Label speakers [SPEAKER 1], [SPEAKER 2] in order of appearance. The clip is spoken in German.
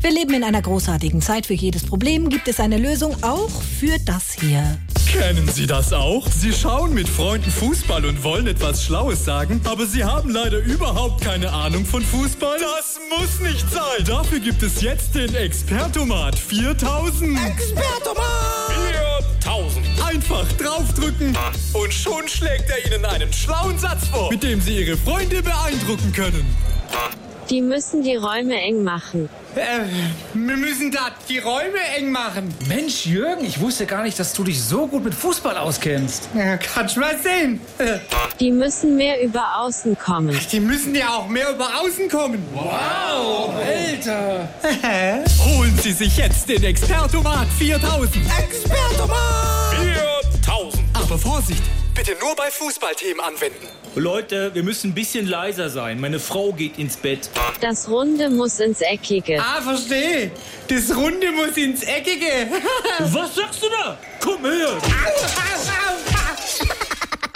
[SPEAKER 1] Wir leben in einer großartigen Zeit. Für jedes Problem gibt es eine Lösung, auch für das hier.
[SPEAKER 2] Kennen Sie das auch? Sie schauen mit Freunden Fußball und wollen etwas Schlaues sagen, aber Sie haben leider überhaupt keine Ahnung von Fußball? Das muss nicht sein! Dafür gibt es jetzt den Expertomat 4000!
[SPEAKER 3] Expertomat!
[SPEAKER 2] 4000! Einfach draufdrücken und schon schlägt er Ihnen einen schlauen Satz vor, mit dem Sie Ihre Freunde beeindrucken können.
[SPEAKER 4] Die müssen die Räume eng machen.
[SPEAKER 5] Äh, wir müssen da die Räume eng machen.
[SPEAKER 6] Mensch, Jürgen, ich wusste gar nicht, dass du dich so gut mit Fußball auskennst.
[SPEAKER 5] Ja, kannst mal sehen. Äh,
[SPEAKER 4] Die müssen mehr über außen kommen.
[SPEAKER 5] die müssen ja auch mehr über außen kommen.
[SPEAKER 6] Wow, Alter.
[SPEAKER 2] Holen Sie sich jetzt den Expertomat 4000!
[SPEAKER 5] Expertomat!
[SPEAKER 2] 4000! Aber Vorsicht! Bitte nur bei Fußballthemen anwenden.
[SPEAKER 7] Leute, wir müssen ein bisschen leiser sein. Meine Frau geht ins Bett.
[SPEAKER 4] Das Runde muss ins Eckige.
[SPEAKER 5] Ah, verstehe. Das Runde muss ins Eckige.
[SPEAKER 7] Was sagst du da? Komm her!